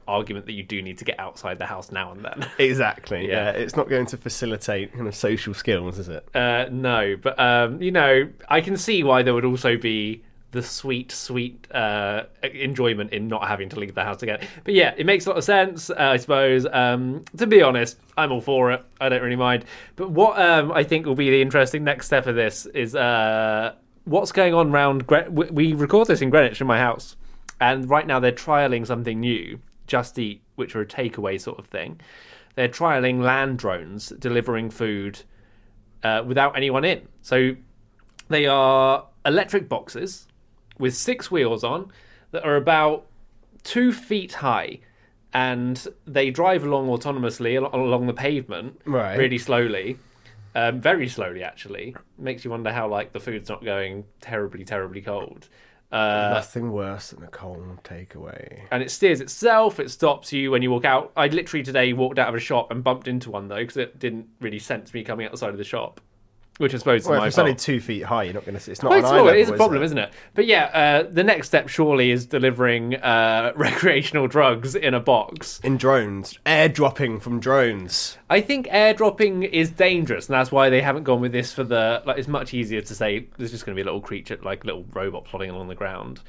S1: argument that you do need to get outside the house now and then. *laughs*
S2: Exactly. Yeah. it's not going to facilitate kind of social skills, is it?
S1: Uh, no, but um, you know, I can see why there would also be the sweet, sweet uh, enjoyment in not having to leave the house again. But yeah, it makes a lot of sense, uh, I suppose. Um, to be honest, I'm all for it. I don't really mind. But what um, I think will be the interesting next step of this is uh, what's going on round. Gre- we- we record this in Greenwich in my house, and right now they're trialing something new, Just Eat, which are a takeaway sort of thing. They're trialing land drones delivering food uh, without anyone in. So they are electric boxes with six wheels on that are about two feet high, and they drive along autonomously al- along the pavement,
S2: Right.
S1: really slowly, um, very slowly actually. Makes you wonder how like the food's not going terribly, terribly cold. Uh,
S2: Nothing worse than a cold takeaway.
S1: and it steers itself. It stops you when you walk out. I literally today walked out of a shop and bumped into one though because it didn't really sense me coming outside of the shop, which I suppose is
S2: Well,
S1: my
S2: if it's
S1: fault.
S2: only two feet high, you're not going to see. It's not
S1: Quite
S2: an eye
S1: small. It
S2: level,
S1: is a problem, is isn't it? But yeah, uh, the next step surely is delivering uh, *laughs* recreational drugs in a box.
S2: In drones, airdropping from drones.
S1: I think airdropping is dangerous, and that's why they haven't gone with this for the. Like, it's much easier to say there's just going to be a little creature, like a little robot plodding along the ground.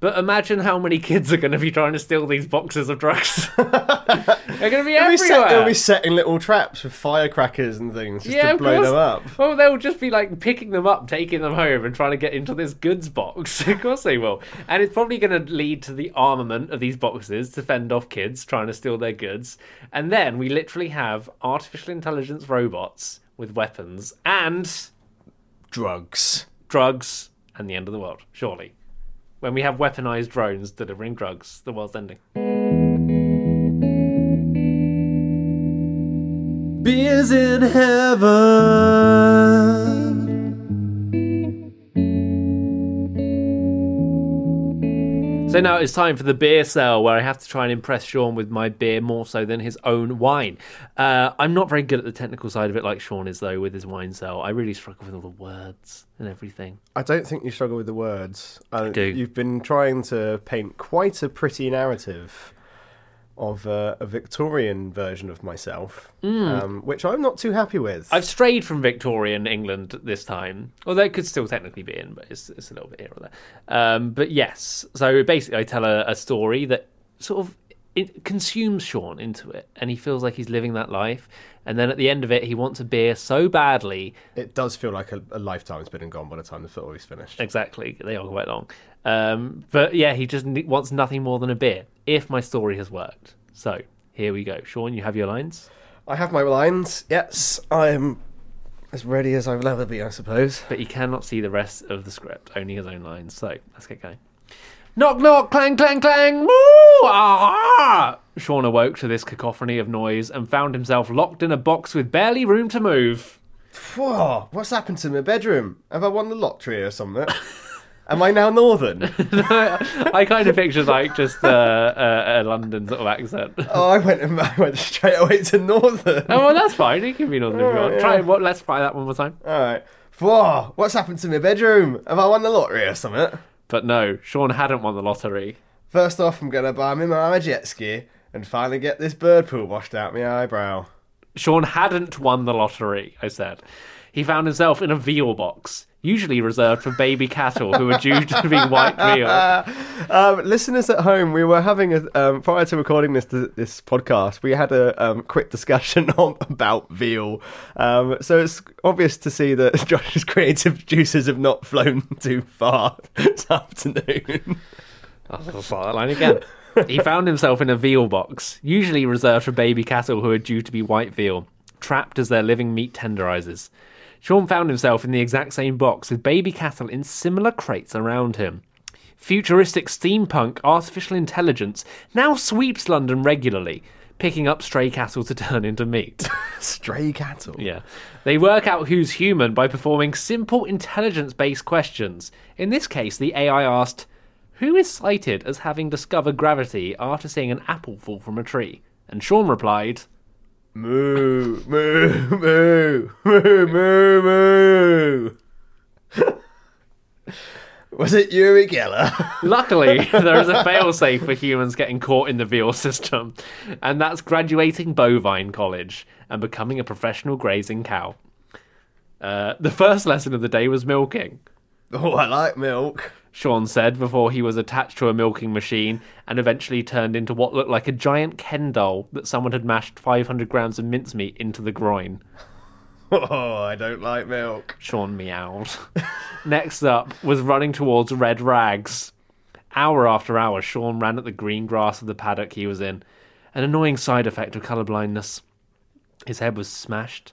S1: But imagine how many *laughs* kids are going to be trying to steal these boxes of drugs. *laughs* They're going to be
S2: They'll
S1: everywhere.
S2: be, set, they'll be set in little traps with firecrackers and things just to
S1: of
S2: blow
S1: course.
S2: them up.
S1: Well, they'll just be like picking them up, taking them home, and trying to get into this goods box. *laughs* of course they will. And it's probably going to lead to the armament of these boxes to fend off kids trying to steal their goods. And then we literally have artificial intelligence robots with weapons and
S2: Drugs.
S1: drugs and the end of the world, surely. When we have weaponized drones delivering drugs, the world's ending.
S4: Beers in heaven.
S1: So now it's time for the beer cell, where I have to try and impress Sean with my beer more so than his own wine. Uh, I'm not very good at the technical side of it, like Sean is though with his wine cell. I really struggle with all the words and everything.
S2: I don't think you struggle with the words. I
S1: do.
S2: You've been trying to paint quite a pretty narrative of uh, a Victorian version of myself,
S1: Hmm.
S2: um, which I'm not too happy with.
S1: I've strayed from Victorian England this time, although it could still technically be in, but it's, it's a little bit here or there. Um, but yes, so basically, I tell a, a story that sort of it consumes Sean into it, and he feels like he's living that life. And then at the end of it, he wants a beer so badly
S2: It does feel like a, a lifetime's been and gone by the time the story's finished.
S1: Exactly, they are quite long. Um, but yeah, he just ne- wants nothing more than a beer. If my story has worked, so here we go. Sean, you have your lines,
S2: I have my lines. Yes, I am as ready as I'll ever be, I suppose.
S1: but he cannot see the rest of the script, only his own lines. So let's get going. Knock, knock, clang, clang, clang. Moo! Ah! Sean awoke to this cacophony of noise and found himself locked in a box with barely room to move.
S2: Whoa, what's happened to my bedroom? Have I won the lottery or something? *laughs* Am I now northern? *laughs*
S1: I kind of picture like just uh, uh, a London sort of accent. *laughs*
S2: oh, I went, *laughs* I went straight away to northern.
S1: Oh, well, that's fine. It can be Northern if you want.
S2: yeah.
S1: Try what? Let's try that one more time.
S2: All right. Whoa, what's happened to my bedroom? Have I won the lottery or something?
S1: But no, Sean hadn't won the lottery.
S2: First off, I'm gonna buy me my jet ski and finally get this bird poo washed out my eyebrow.
S1: Sean hadn't won the lottery, I said. He found himself in a veal box, usually reserved for baby cattle who were due to be white veal.
S2: Um, listeners at home, we were having a um, prior to recording this this podcast, we had a um, quick discussion *laughs* on, about veal. Um, so it's obvious to see that *laughs* Josh's creative juices have not flown *laughs* too far this afternoon.
S1: I'll start that line again. He found himself in a veal box, usually reserved for baby cattle who are due to be white veal, trapped as their living meat tenderizes. Sean found himself in the exact same box with baby cattle in similar crates around him. Futuristic steampunk artificial intelligence now sweeps London regularly, picking up stray cattle to turn into meat.
S2: Stray cattle.
S1: Yeah. They work out who's human by performing simple intelligence based questions. In this case, the AI asked, Who is cited as having discovered gravity after seeing an apple fall from a tree? And Sean replied,
S2: Moo, moo, *laughs* moo, moo, moo, moo. Was it Yuri Geller?
S1: Luckily, *laughs* there is a failsafe for humans getting caught in the veal system, and that's graduating bovine college and becoming a professional grazing cow. Uh, the first lesson of the day was milking,
S2: *laughs* oh, I like milk. *laughs*
S1: Sean said before he was attached to a milking machine and eventually turned into what looked like a giant Ken doll that someone had mashed 500 grams of mincemeat into the groin.
S2: Oh, I don't like milk.
S1: Sean meowed. *laughs* Next up was running towards red rags. Hour after hour, Sean ran at the green grass of the paddock he was in, an annoying side effect of colourblindness. His head was smashed,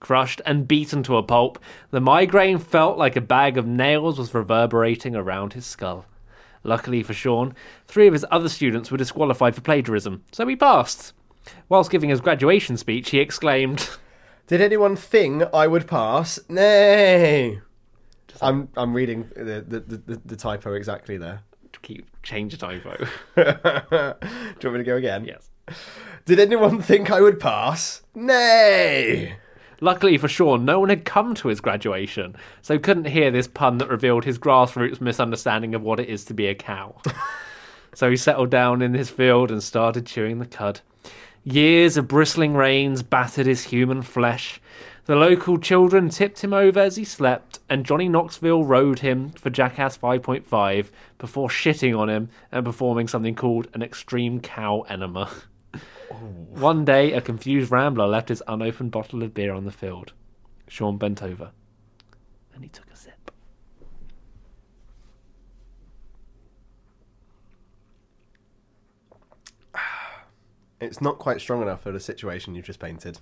S1: crushed, and beaten to a pulp. The migraine felt like a bag of nails was reverberating around his skull. Luckily for Sean, three of his other students were disqualified for plagiarism, so he passed. Whilst giving his graduation speech, he exclaimed, *laughs*
S2: Did anyone think I would pass? Nay. I'm I'm reading the the, the, the- the typo exactly there.
S1: Keep change the typo. *laughs*
S2: *laughs* Do you want me to go again?
S1: yes.
S2: Did anyone think I would pass? Nay.
S1: Luckily for Sean, no one had come to his graduation, so couldn't hear this pun that revealed his grassroots misunderstanding of what it is to be a cow. so he settled down in his field and started chewing the cud. Years of bristling rains battered his human flesh. The local children tipped him over as he slept, and Johnny Knoxville rode him for Jackass 5.5 before shitting on him and performing something called an extreme cow enema. *laughs* One day, a confused rambler left his unopened bottle of beer on the field. Sean bent over and he took a sip.
S2: It's not quite strong enough for the situation you've just painted.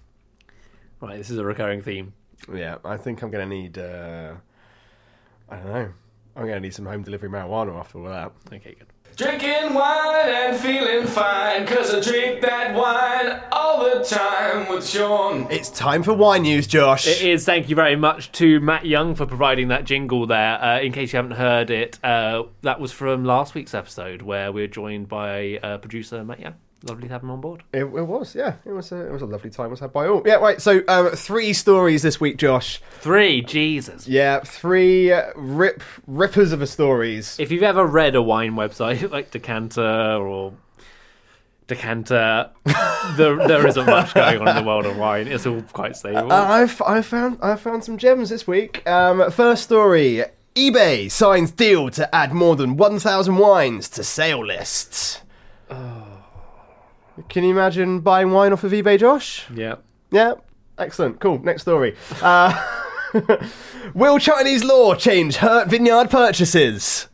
S1: Right, this is a recurring theme.
S2: Yeah, I think I'm going to need. Uh, I don't know. I'm going to need some home delivery marijuana after all that.
S1: Okay, good.
S9: Drinking wine and feeling fine, cause I drink that wine all the time with Sean.
S2: It's time for wine news, Josh.
S1: It is. Thank you very much to Matt Young for providing that jingle there. Uh, in case you haven't heard it, uh, that was from last week's episode where we were joined by uh, producer Matt Young. Lovely to have him on board.
S2: It, it was, yeah. It was a it was a lovely time was had by all. Yeah, right. So um, three stories this week, Josh.
S1: Three, Jesus.
S2: Yeah, three uh, rip rippers of a stories.
S1: If you've ever read a wine website *laughs* like Decanter or Decanter, there, there isn't much going on in the world of wine. It's all quite stable.
S2: Uh, I've I found I found some gems this week. Um, first story: eBay signs deal to add more than one thousand wines to sale lists. Can you imagine buying wine off of eBay, Josh?
S1: yeah.
S2: Yeah. Excellent. Cool. Next story. Uh, *laughs* will Chinese law change hurt vineyard purchases?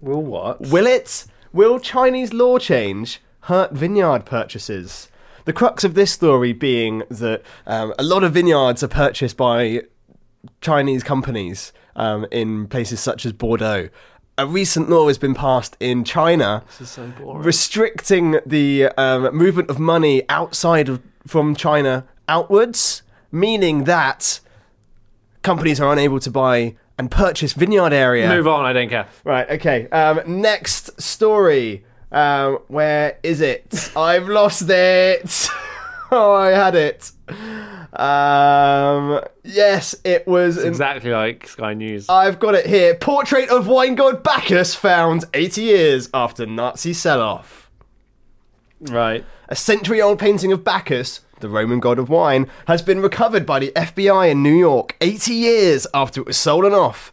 S1: Well, what?
S2: Will it? Will Chinese law change hurt vineyard purchases? The crux of this story being that um, a lot of vineyards are purchased by Chinese companies um, in places such as Bordeaux. A recent law has been passed in China restricting the um, movement of money outside of, from China outwards, meaning that companies are unable to buy and purchase vineyard area.
S1: Move on. I don't care.
S2: Right, okay. Um, next story. Um, where is it? I've lost it. *laughs* oh, I had it. Um, yes, it was. an-
S1: Exactly like Sky News.
S2: I've got it here. Portrait of wine god Bacchus found 80 years after Nazi sell off.
S1: right.
S2: A century old painting of Bacchus, the Roman god of wine, has been recovered by the FBI in New York 80 years after it was stolen off.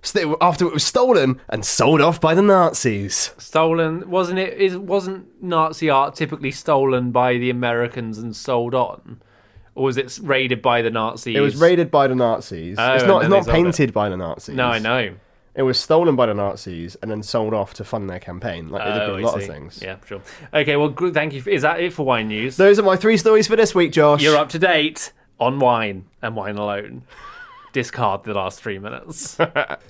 S2: St- After it was stolen and sold off by the Nazis.
S1: Stolen wasn't it? Is wasn't Nazi art typically stolen by the Americans and sold on, or was it raided by the Nazis?
S2: It was raided by the Nazis.
S1: Oh,
S2: it's
S1: and
S2: not, it's
S1: then they
S2: not
S1: sold it.
S2: painted by the Nazis.
S1: No, I know.
S2: It was stolen by the Nazis and then sold off to fund their campaign. Like they did
S1: Oh,
S2: with
S1: I
S2: a lot
S1: see.
S2: of things.
S1: Yeah, sure. Okay, well, good, thank you. For, is that it for wine news?
S2: Those are my three stories for this week, Josh.
S1: You're up to date on wine and wine alone. Discard the last three minutes.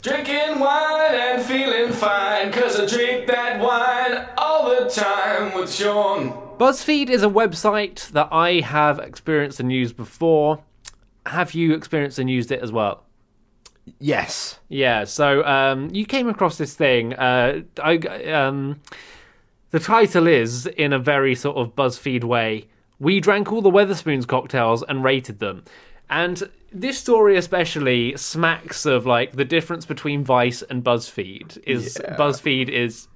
S9: Drinking wine and feeling fine, cause I drink that wine all the time with Sean.
S1: BuzzFeed is a website that I have experienced and used before. Have you experienced and used it as well?
S2: Yes.
S1: Yeah, so um, you came across this thing. Uh, I, um, the title is, in a very sort of BuzzFeed way, We Drank All the Weatherspoons Cocktails and Rated Them. And this story, especially, smacks of like the difference between Vice and BuzzFeed. Is BuzzFeed is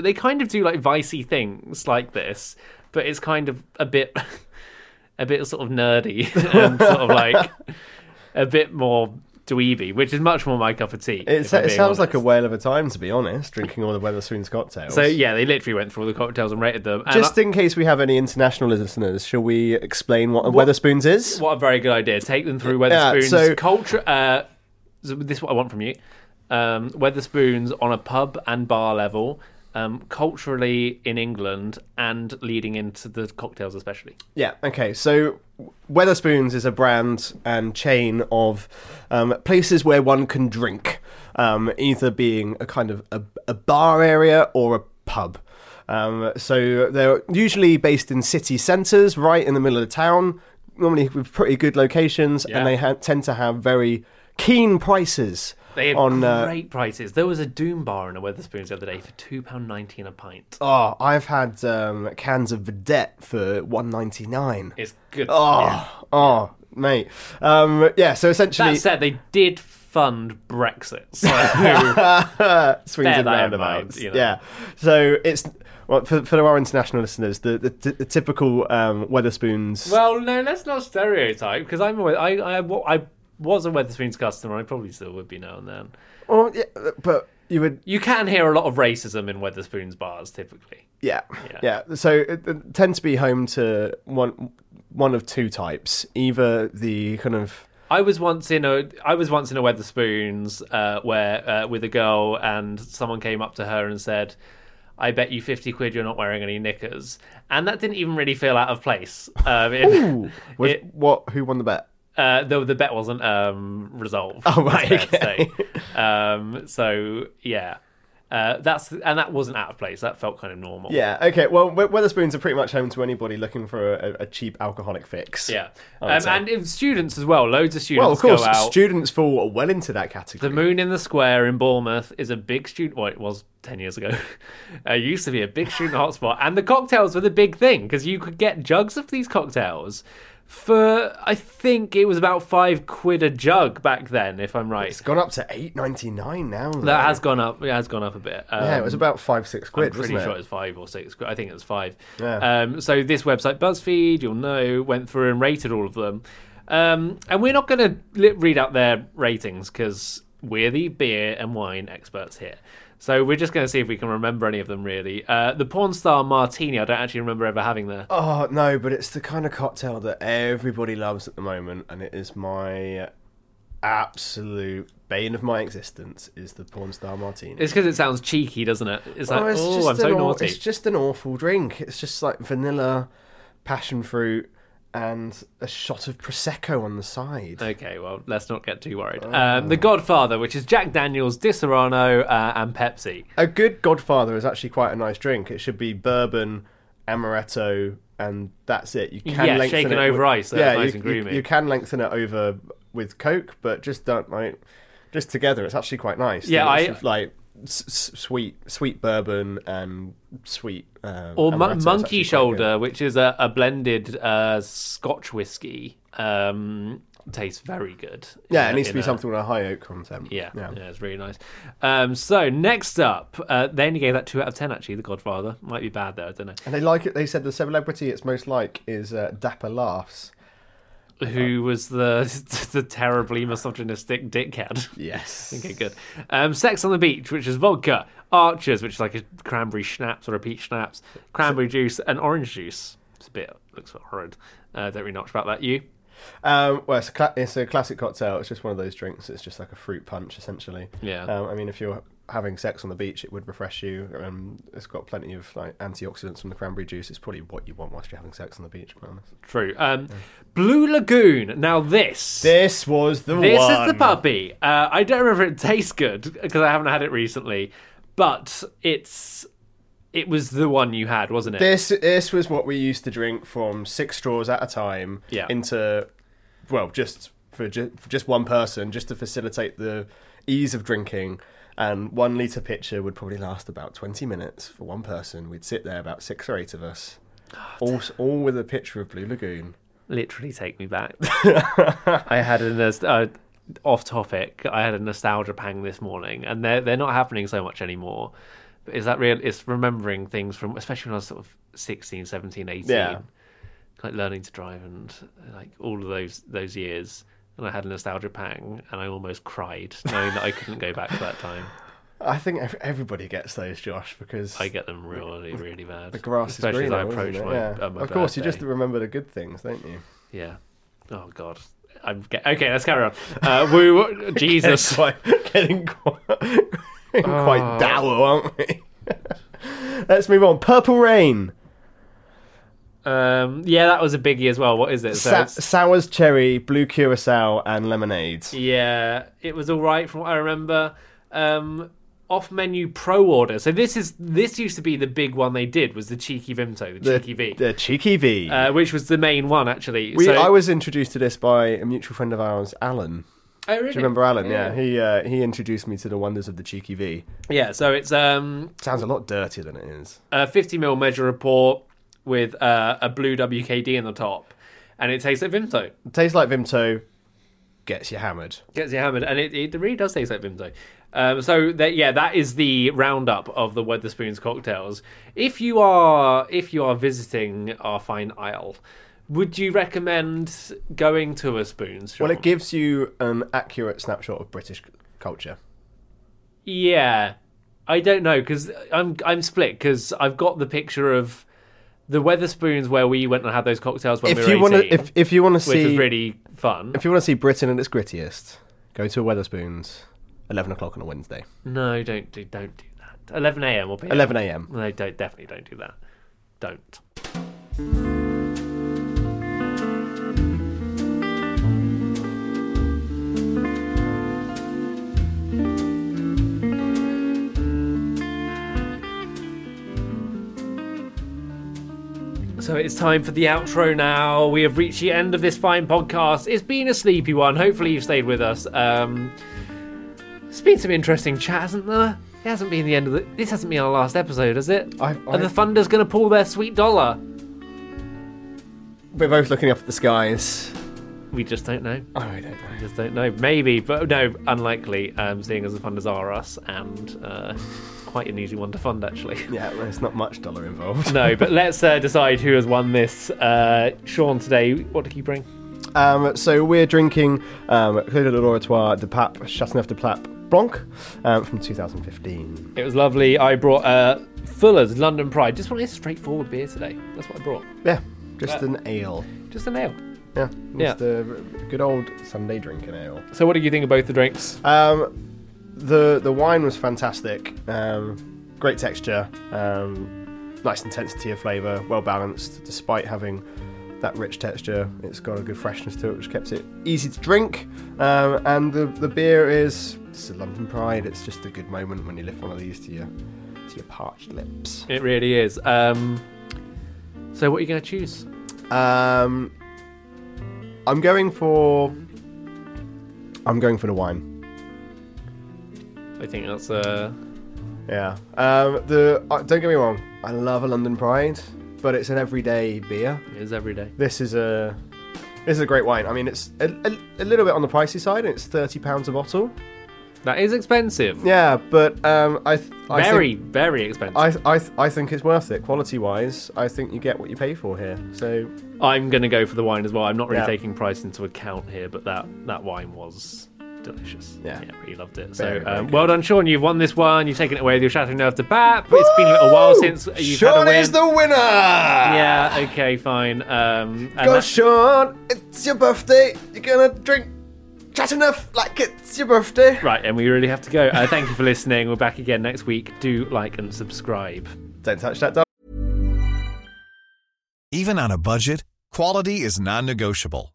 S1: they kind of do like vicey things like this, but it's kind of a bit, *laughs* a bit sort of nerdy *laughs* and sort of like a bit more dweeby, which is much more my cup of tea.
S2: It,
S1: if
S2: sa-
S1: I'm
S2: it
S1: being
S2: sounds like
S1: honest.
S2: a whale of a time, to be honest, drinking all the Weatherspoons cocktails.
S1: So yeah, they literally went through all the cocktails and rated them. And
S2: Just
S1: I-
S2: in case we have any international listeners, shall we explain what a Weatherspoons is?
S1: what a very good idea. Take them through
S2: Yeah,
S1: Weatherspoons
S2: so-
S1: culture. Uh, so this is what I want from you. Um, Weatherspoons on a pub and bar level, um, culturally in England, and leading into the cocktails especially.
S2: Yeah. Okay. So Weatherspoons is a brand and chain of um, places where one can drink, um, either being a kind of a, a bar area or a pub. Um, so they're usually based in city centres, right in the middle of the town. Normally with pretty good locations,
S1: Yeah.
S2: and they ha- tend to have very keen prices
S1: They had
S2: on. Uh,
S1: great prices. There was a Doom bar in a Weatherspoons the other day for two pound nineteen a pint.
S2: oh, I've had um, cans of Vedette for one ninety nine.
S1: It's good.
S2: Oh,
S1: Yeah.
S2: oh, mate. Um, yeah. So essentially,
S1: That said, they did fund Brexit. So
S2: *laughs* swings
S1: Bear that in
S2: and
S1: mind,
S2: roundabouts.
S1: you know.
S2: Yeah. So it's well for, for our international listeners, the the, the typical um, Weatherspoons.
S1: Well, no, let's not stereotype because I'm a, I, I, wa- I was a Weatherspoons customer. I probably still would be now and then.
S2: Well, Oh, yeah, but you would
S1: You can hear a lot of racism in Weatherspoons bars typically.
S2: Yeah, yeah. So it, it tend to be home to one one of two types, either the kind of
S1: I was once in a I was once in a Weatherspoons uh, where uh, with a girl and someone came up to her and said, "I bet you fifty quid you're not wearing any knickers," and that didn't even really feel out of place. Um, it-
S2: was
S1: it-
S2: what who won the bet.
S1: *laughs* Uh, though the bet wasn't um, resolved.
S2: Oh, right,
S1: it's fair
S2: okay.
S1: to say. Um, so yeah, uh, that's and that wasn't out of place. That felt kind of normal.
S2: Yeah. Okay. Well, We- Weatherspoons are pretty much home to anybody looking for a, a cheap alcoholic fix.
S1: yeah.
S2: I would
S1: Um,
S2: say.
S1: and if students as well. Loads of students
S2: Oh, Well, of course,
S1: go out.
S2: students fall well into that
S1: the
S2: category.
S1: Moon in the Square in Bournemouth is a big student. Well, it was ten years ago. *laughs* it used to be a big student hotspot, and the cocktails were the big thing because you could get jugs of these cocktails for I think it was about five quid a jug back then, if I'm right.
S2: It's gone up to eight ninety nine now.
S1: That
S2: though.
S1: has gone up. It has gone up a bit. Um,
S2: Yeah, it was about five, six
S1: I'm
S2: quid,
S1: pretty
S2: wasn't
S1: sure
S2: it?
S1: was five or six. quid. I think it was five.
S2: Yeah.
S1: Um, so this website, BuzzFeed, you'll know, went through and rated all of them. Um, and we're not going to li- read out their ratings because we're the beer and wine experts here. So we're just going to see if we can remember any of them. Really, uh, the porn star martini. I don't actually remember ever having there.
S2: Oh no, but it's the kind of cocktail that everybody loves at the moment, and it is my absolute bane of my existence. Is the porn star martini?
S1: It's because it sounds cheeky, doesn't it? It's like, oh,
S2: it's
S1: I'm so
S2: an aw-
S1: naughty.
S2: It's just an awful drink. It's just like vanilla, passion fruit, and a shot of prosecco on the side.
S1: Okay, well, let's not get too worried.
S2: Oh.
S1: Um, the Godfather, which is Jack Daniels, Di Serrano, uh, and Pepsi.
S2: A good Godfather is actually quite a nice drink. It should be bourbon, amaretto, and that's it. You can
S1: Yeah,
S2: lengthen
S1: shaken
S2: it
S1: over
S2: with-
S1: ice, so it's nice
S2: you,
S1: and
S2: you-
S1: creamy.
S2: you can lengthen it over with Coke, but just don't like just together. It's actually quite nice.
S1: Yeah,
S2: It's
S1: I-
S2: sort of like s- s- sweet sweet bourbon and sweet um,
S1: or
S2: amaretto.
S1: mon-
S2: It's
S1: Monkey
S2: actually quite good.
S1: Shoulder, which is a, a blended uh, Scotch whiskey. Um, tastes very good.
S2: Yeah,
S1: In
S2: it
S1: a-
S2: needs to be
S1: in a-
S2: something with a high oak content.
S1: Yeah, yeah, it's really nice. Um, so next up, uh, they only gave that two out of ten. Actually, The Godfather might be bad there. I don't know
S2: *laughs* And they like it. They said the celebrity it's most like is uh, Dapper Laughs.
S1: who was the *laughs* the terribly misogynistic dickhead.
S2: *laughs* Yes.
S1: Okay, good. Um, Sex on the Beach, which is vodka, Archers, which is like a cranberry schnapps or a peach schnapps, cranberry juice, and orange juice. It's a bit looks a bit horrid. Uh, don't really know much about that. You?
S2: Um, well, it's a, cla- it's a classic cocktail. It's just one of those drinks. It's just like a fruit punch, essentially.
S1: Yeah.
S2: Um, I mean, if you're having sex on the beach, it would refresh you. Um, it's got plenty of like antioxidants from the cranberry juice. It's probably what you want whilst you're having sex on the beach. to be honest.
S1: True. Um, Blue Lagoon. Now this.
S2: This was the
S1: This
S2: one.
S1: is the puppy. Uh, I don't remember if it tastes good because I haven't had it recently, but it's it was the one you had, wasn't it?
S2: This this was what we used to drink from six straws at a time
S1: Yeah.
S2: into, well, just for, ju- for just one person, just to facilitate the ease of drinking. And one litre pitcher would probably last about 20 minutes for one person. We'd sit there, about six or eight of us, all, all with a pitcher of Blue Lagoon.
S1: literally take me
S2: *laughs*
S1: back. I had a nos- uh, off topic. I had a nostalgia pang this morning, and they're they're not happening so much anymore. But is that real? It's remembering things from, especially when I was sort of 16, 17, 18,
S2: Yeah.
S1: like learning to drive and like all of those those years. And I had a nostalgia pang, and I almost cried knowing that I couldn't go back to that time.
S2: I think ev- everybody gets those, Josh, because
S1: I get them really, really bad.
S2: the grass
S1: especially as
S2: is
S1: I
S2: greener.
S1: approach
S2: isn't it?
S1: my,
S2: Yeah.
S1: uh, my
S2: of course, you
S1: birthday.
S2: just remember the good things, don't you?
S1: Yeah. Oh God. I'm ge- okay. Let's carry on. Uh, we
S2: *laughs*
S1: were- Jesus.
S2: quite, *laughs* getting quite, getting quite
S1: Oh.
S2: dour, aren't we? *laughs* Let's move on. Purple Rain.
S1: Um, yeah, that was a biggie as well. What is it? So
S2: Sa-
S1: it's-
S2: sours cherry, blue curacao, and lemonade.
S1: E- yeah, it was all right from what I remember. Um, off menu pro order. So this is this used to be the big one they did was the cheeky Vimto, the, cheeky V,
S2: The cheeky V.
S1: uh, which was the main one actually.
S2: we,
S1: so,
S2: I was introduced to this by a mutual friend of ours, Alan.
S1: Oh, really?
S2: Do you remember Alan? Yeah, he uh, he introduced me to the wonders of the cheeky V.
S1: Yeah. So it's um,
S2: Sounds a lot dirtier than it is.
S1: a 50 mil measure report with uh, a blue WKD in the top, and it tastes like Vimto.
S2: It tastes like Vimto, gets you hammered.
S1: Gets you hammered, and it, it really does taste like Vimto. Um, so that yeah, that is the roundup of the Weatherspoons cocktails. If you are if you are visiting our fine isle, would you recommend going to a Spoons? Sean?
S2: Well, it gives you an accurate snapshot of British c- culture.
S1: yeah, I don't know because I'm I'm split because I've got the picture of the Weatherspoons where we went and had those cocktails when we
S2: if
S1: were
S2: you want to,
S1: 18,
S2: if if you want to
S1: which was
S2: see,
S1: really fun.
S2: if you want to see Britain at its grittiest, go to Weatherspoons, eleven o'clock on a Wednesday,
S1: No, don't do don't do that. 11 a.m. or p.m.
S2: eleven a.m.
S1: No, don't definitely don't do that. Don't. So it's time for the outro now. We have reached the end of this fine podcast. It's been a sleepy one. Hopefully you've stayed with us. Um, it's been some interesting chat, hasn't there? It hasn't been the end of the. This hasn't been our last episode, has it?
S2: I- I-
S1: And the Thunder's going to pull their sweet dollar.
S2: We're both looking up at the skies.
S1: We just don't know.
S2: Oh, I don't know.
S1: We just don't know. Maybe, but no, unlikely. Um, seeing as the Thunders are us, and uh, quite an easy one to fund actually. *laughs*
S2: Yeah, well, there's not much dollar involved. *laughs*
S1: No, but let's uh, decide who has won this. Uh, Sean, today, what did you bring?
S2: Um, so we're drinking um, Clos de l'Oratoire de Pape Chateauneuf de Plape Blanc um, from 2015.
S1: It was lovely. I brought uh, Fuller's London Pride. Just wanted a straightforward beer today. That's what I brought.
S2: Yeah, just an ale.
S1: Just an ale.
S2: Yeah,
S1: Yeah.
S2: just a good old Sunday drinking ale.
S1: So, what do you think of both the drinks?
S2: Um, the the wine was fantastic. Um, great texture, um, nice intensity of flavour, well balanced. Despite having that rich texture, it's got a good freshness to it, which kept it easy to drink. Um, and the, the beer is it's a London Pride. It's just a good moment when you lift one of these to your to your parched lips.
S1: It really is. Um, so, what are you going to choose?
S2: Um, I'm going for I'm going for the wine.
S1: I think that's uh,
S2: Yeah. Um, the uh, don't get me wrong, I love a London Pride, but it's an everyday beer.
S1: it's every day.
S2: This is a this is a great wine. I mean, it's a, a, a little bit on the pricey side. It's thirty pounds a bottle.
S1: That is expensive.
S2: Yeah, but um, I th- I
S1: very,
S2: Think,
S1: very expensive.
S2: I, th- I, th- I think it's worth it quality wise. I think you get what you pay for here. So
S1: I'm going to go for the wine as well. I'm not really
S2: Yeah.
S1: taking price into account here, but that that wine was delicious.
S2: Yeah.
S1: really loved it.
S2: Very,
S1: so,
S2: very
S1: um,
S2: good.
S1: well done, Sean. You've won this one. You've taken it away with your Chateau Neuf de Pap. It's been a little while since you've had
S2: Sean
S1: a win.
S2: is the winner.
S1: yeah, okay, fine. Um, and
S2: Go,
S1: that-
S2: Sean! It's your birthday. You're gonna drink chat enough like it's your birthday.
S1: right, and we really have to go. Uh, thank you for listening. We're back again next week. Do like and subscribe.
S2: Don't touch that.
S10: Even on a budget, quality is non-negotiable.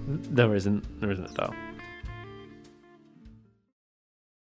S1: there isn't. There isn't a dial.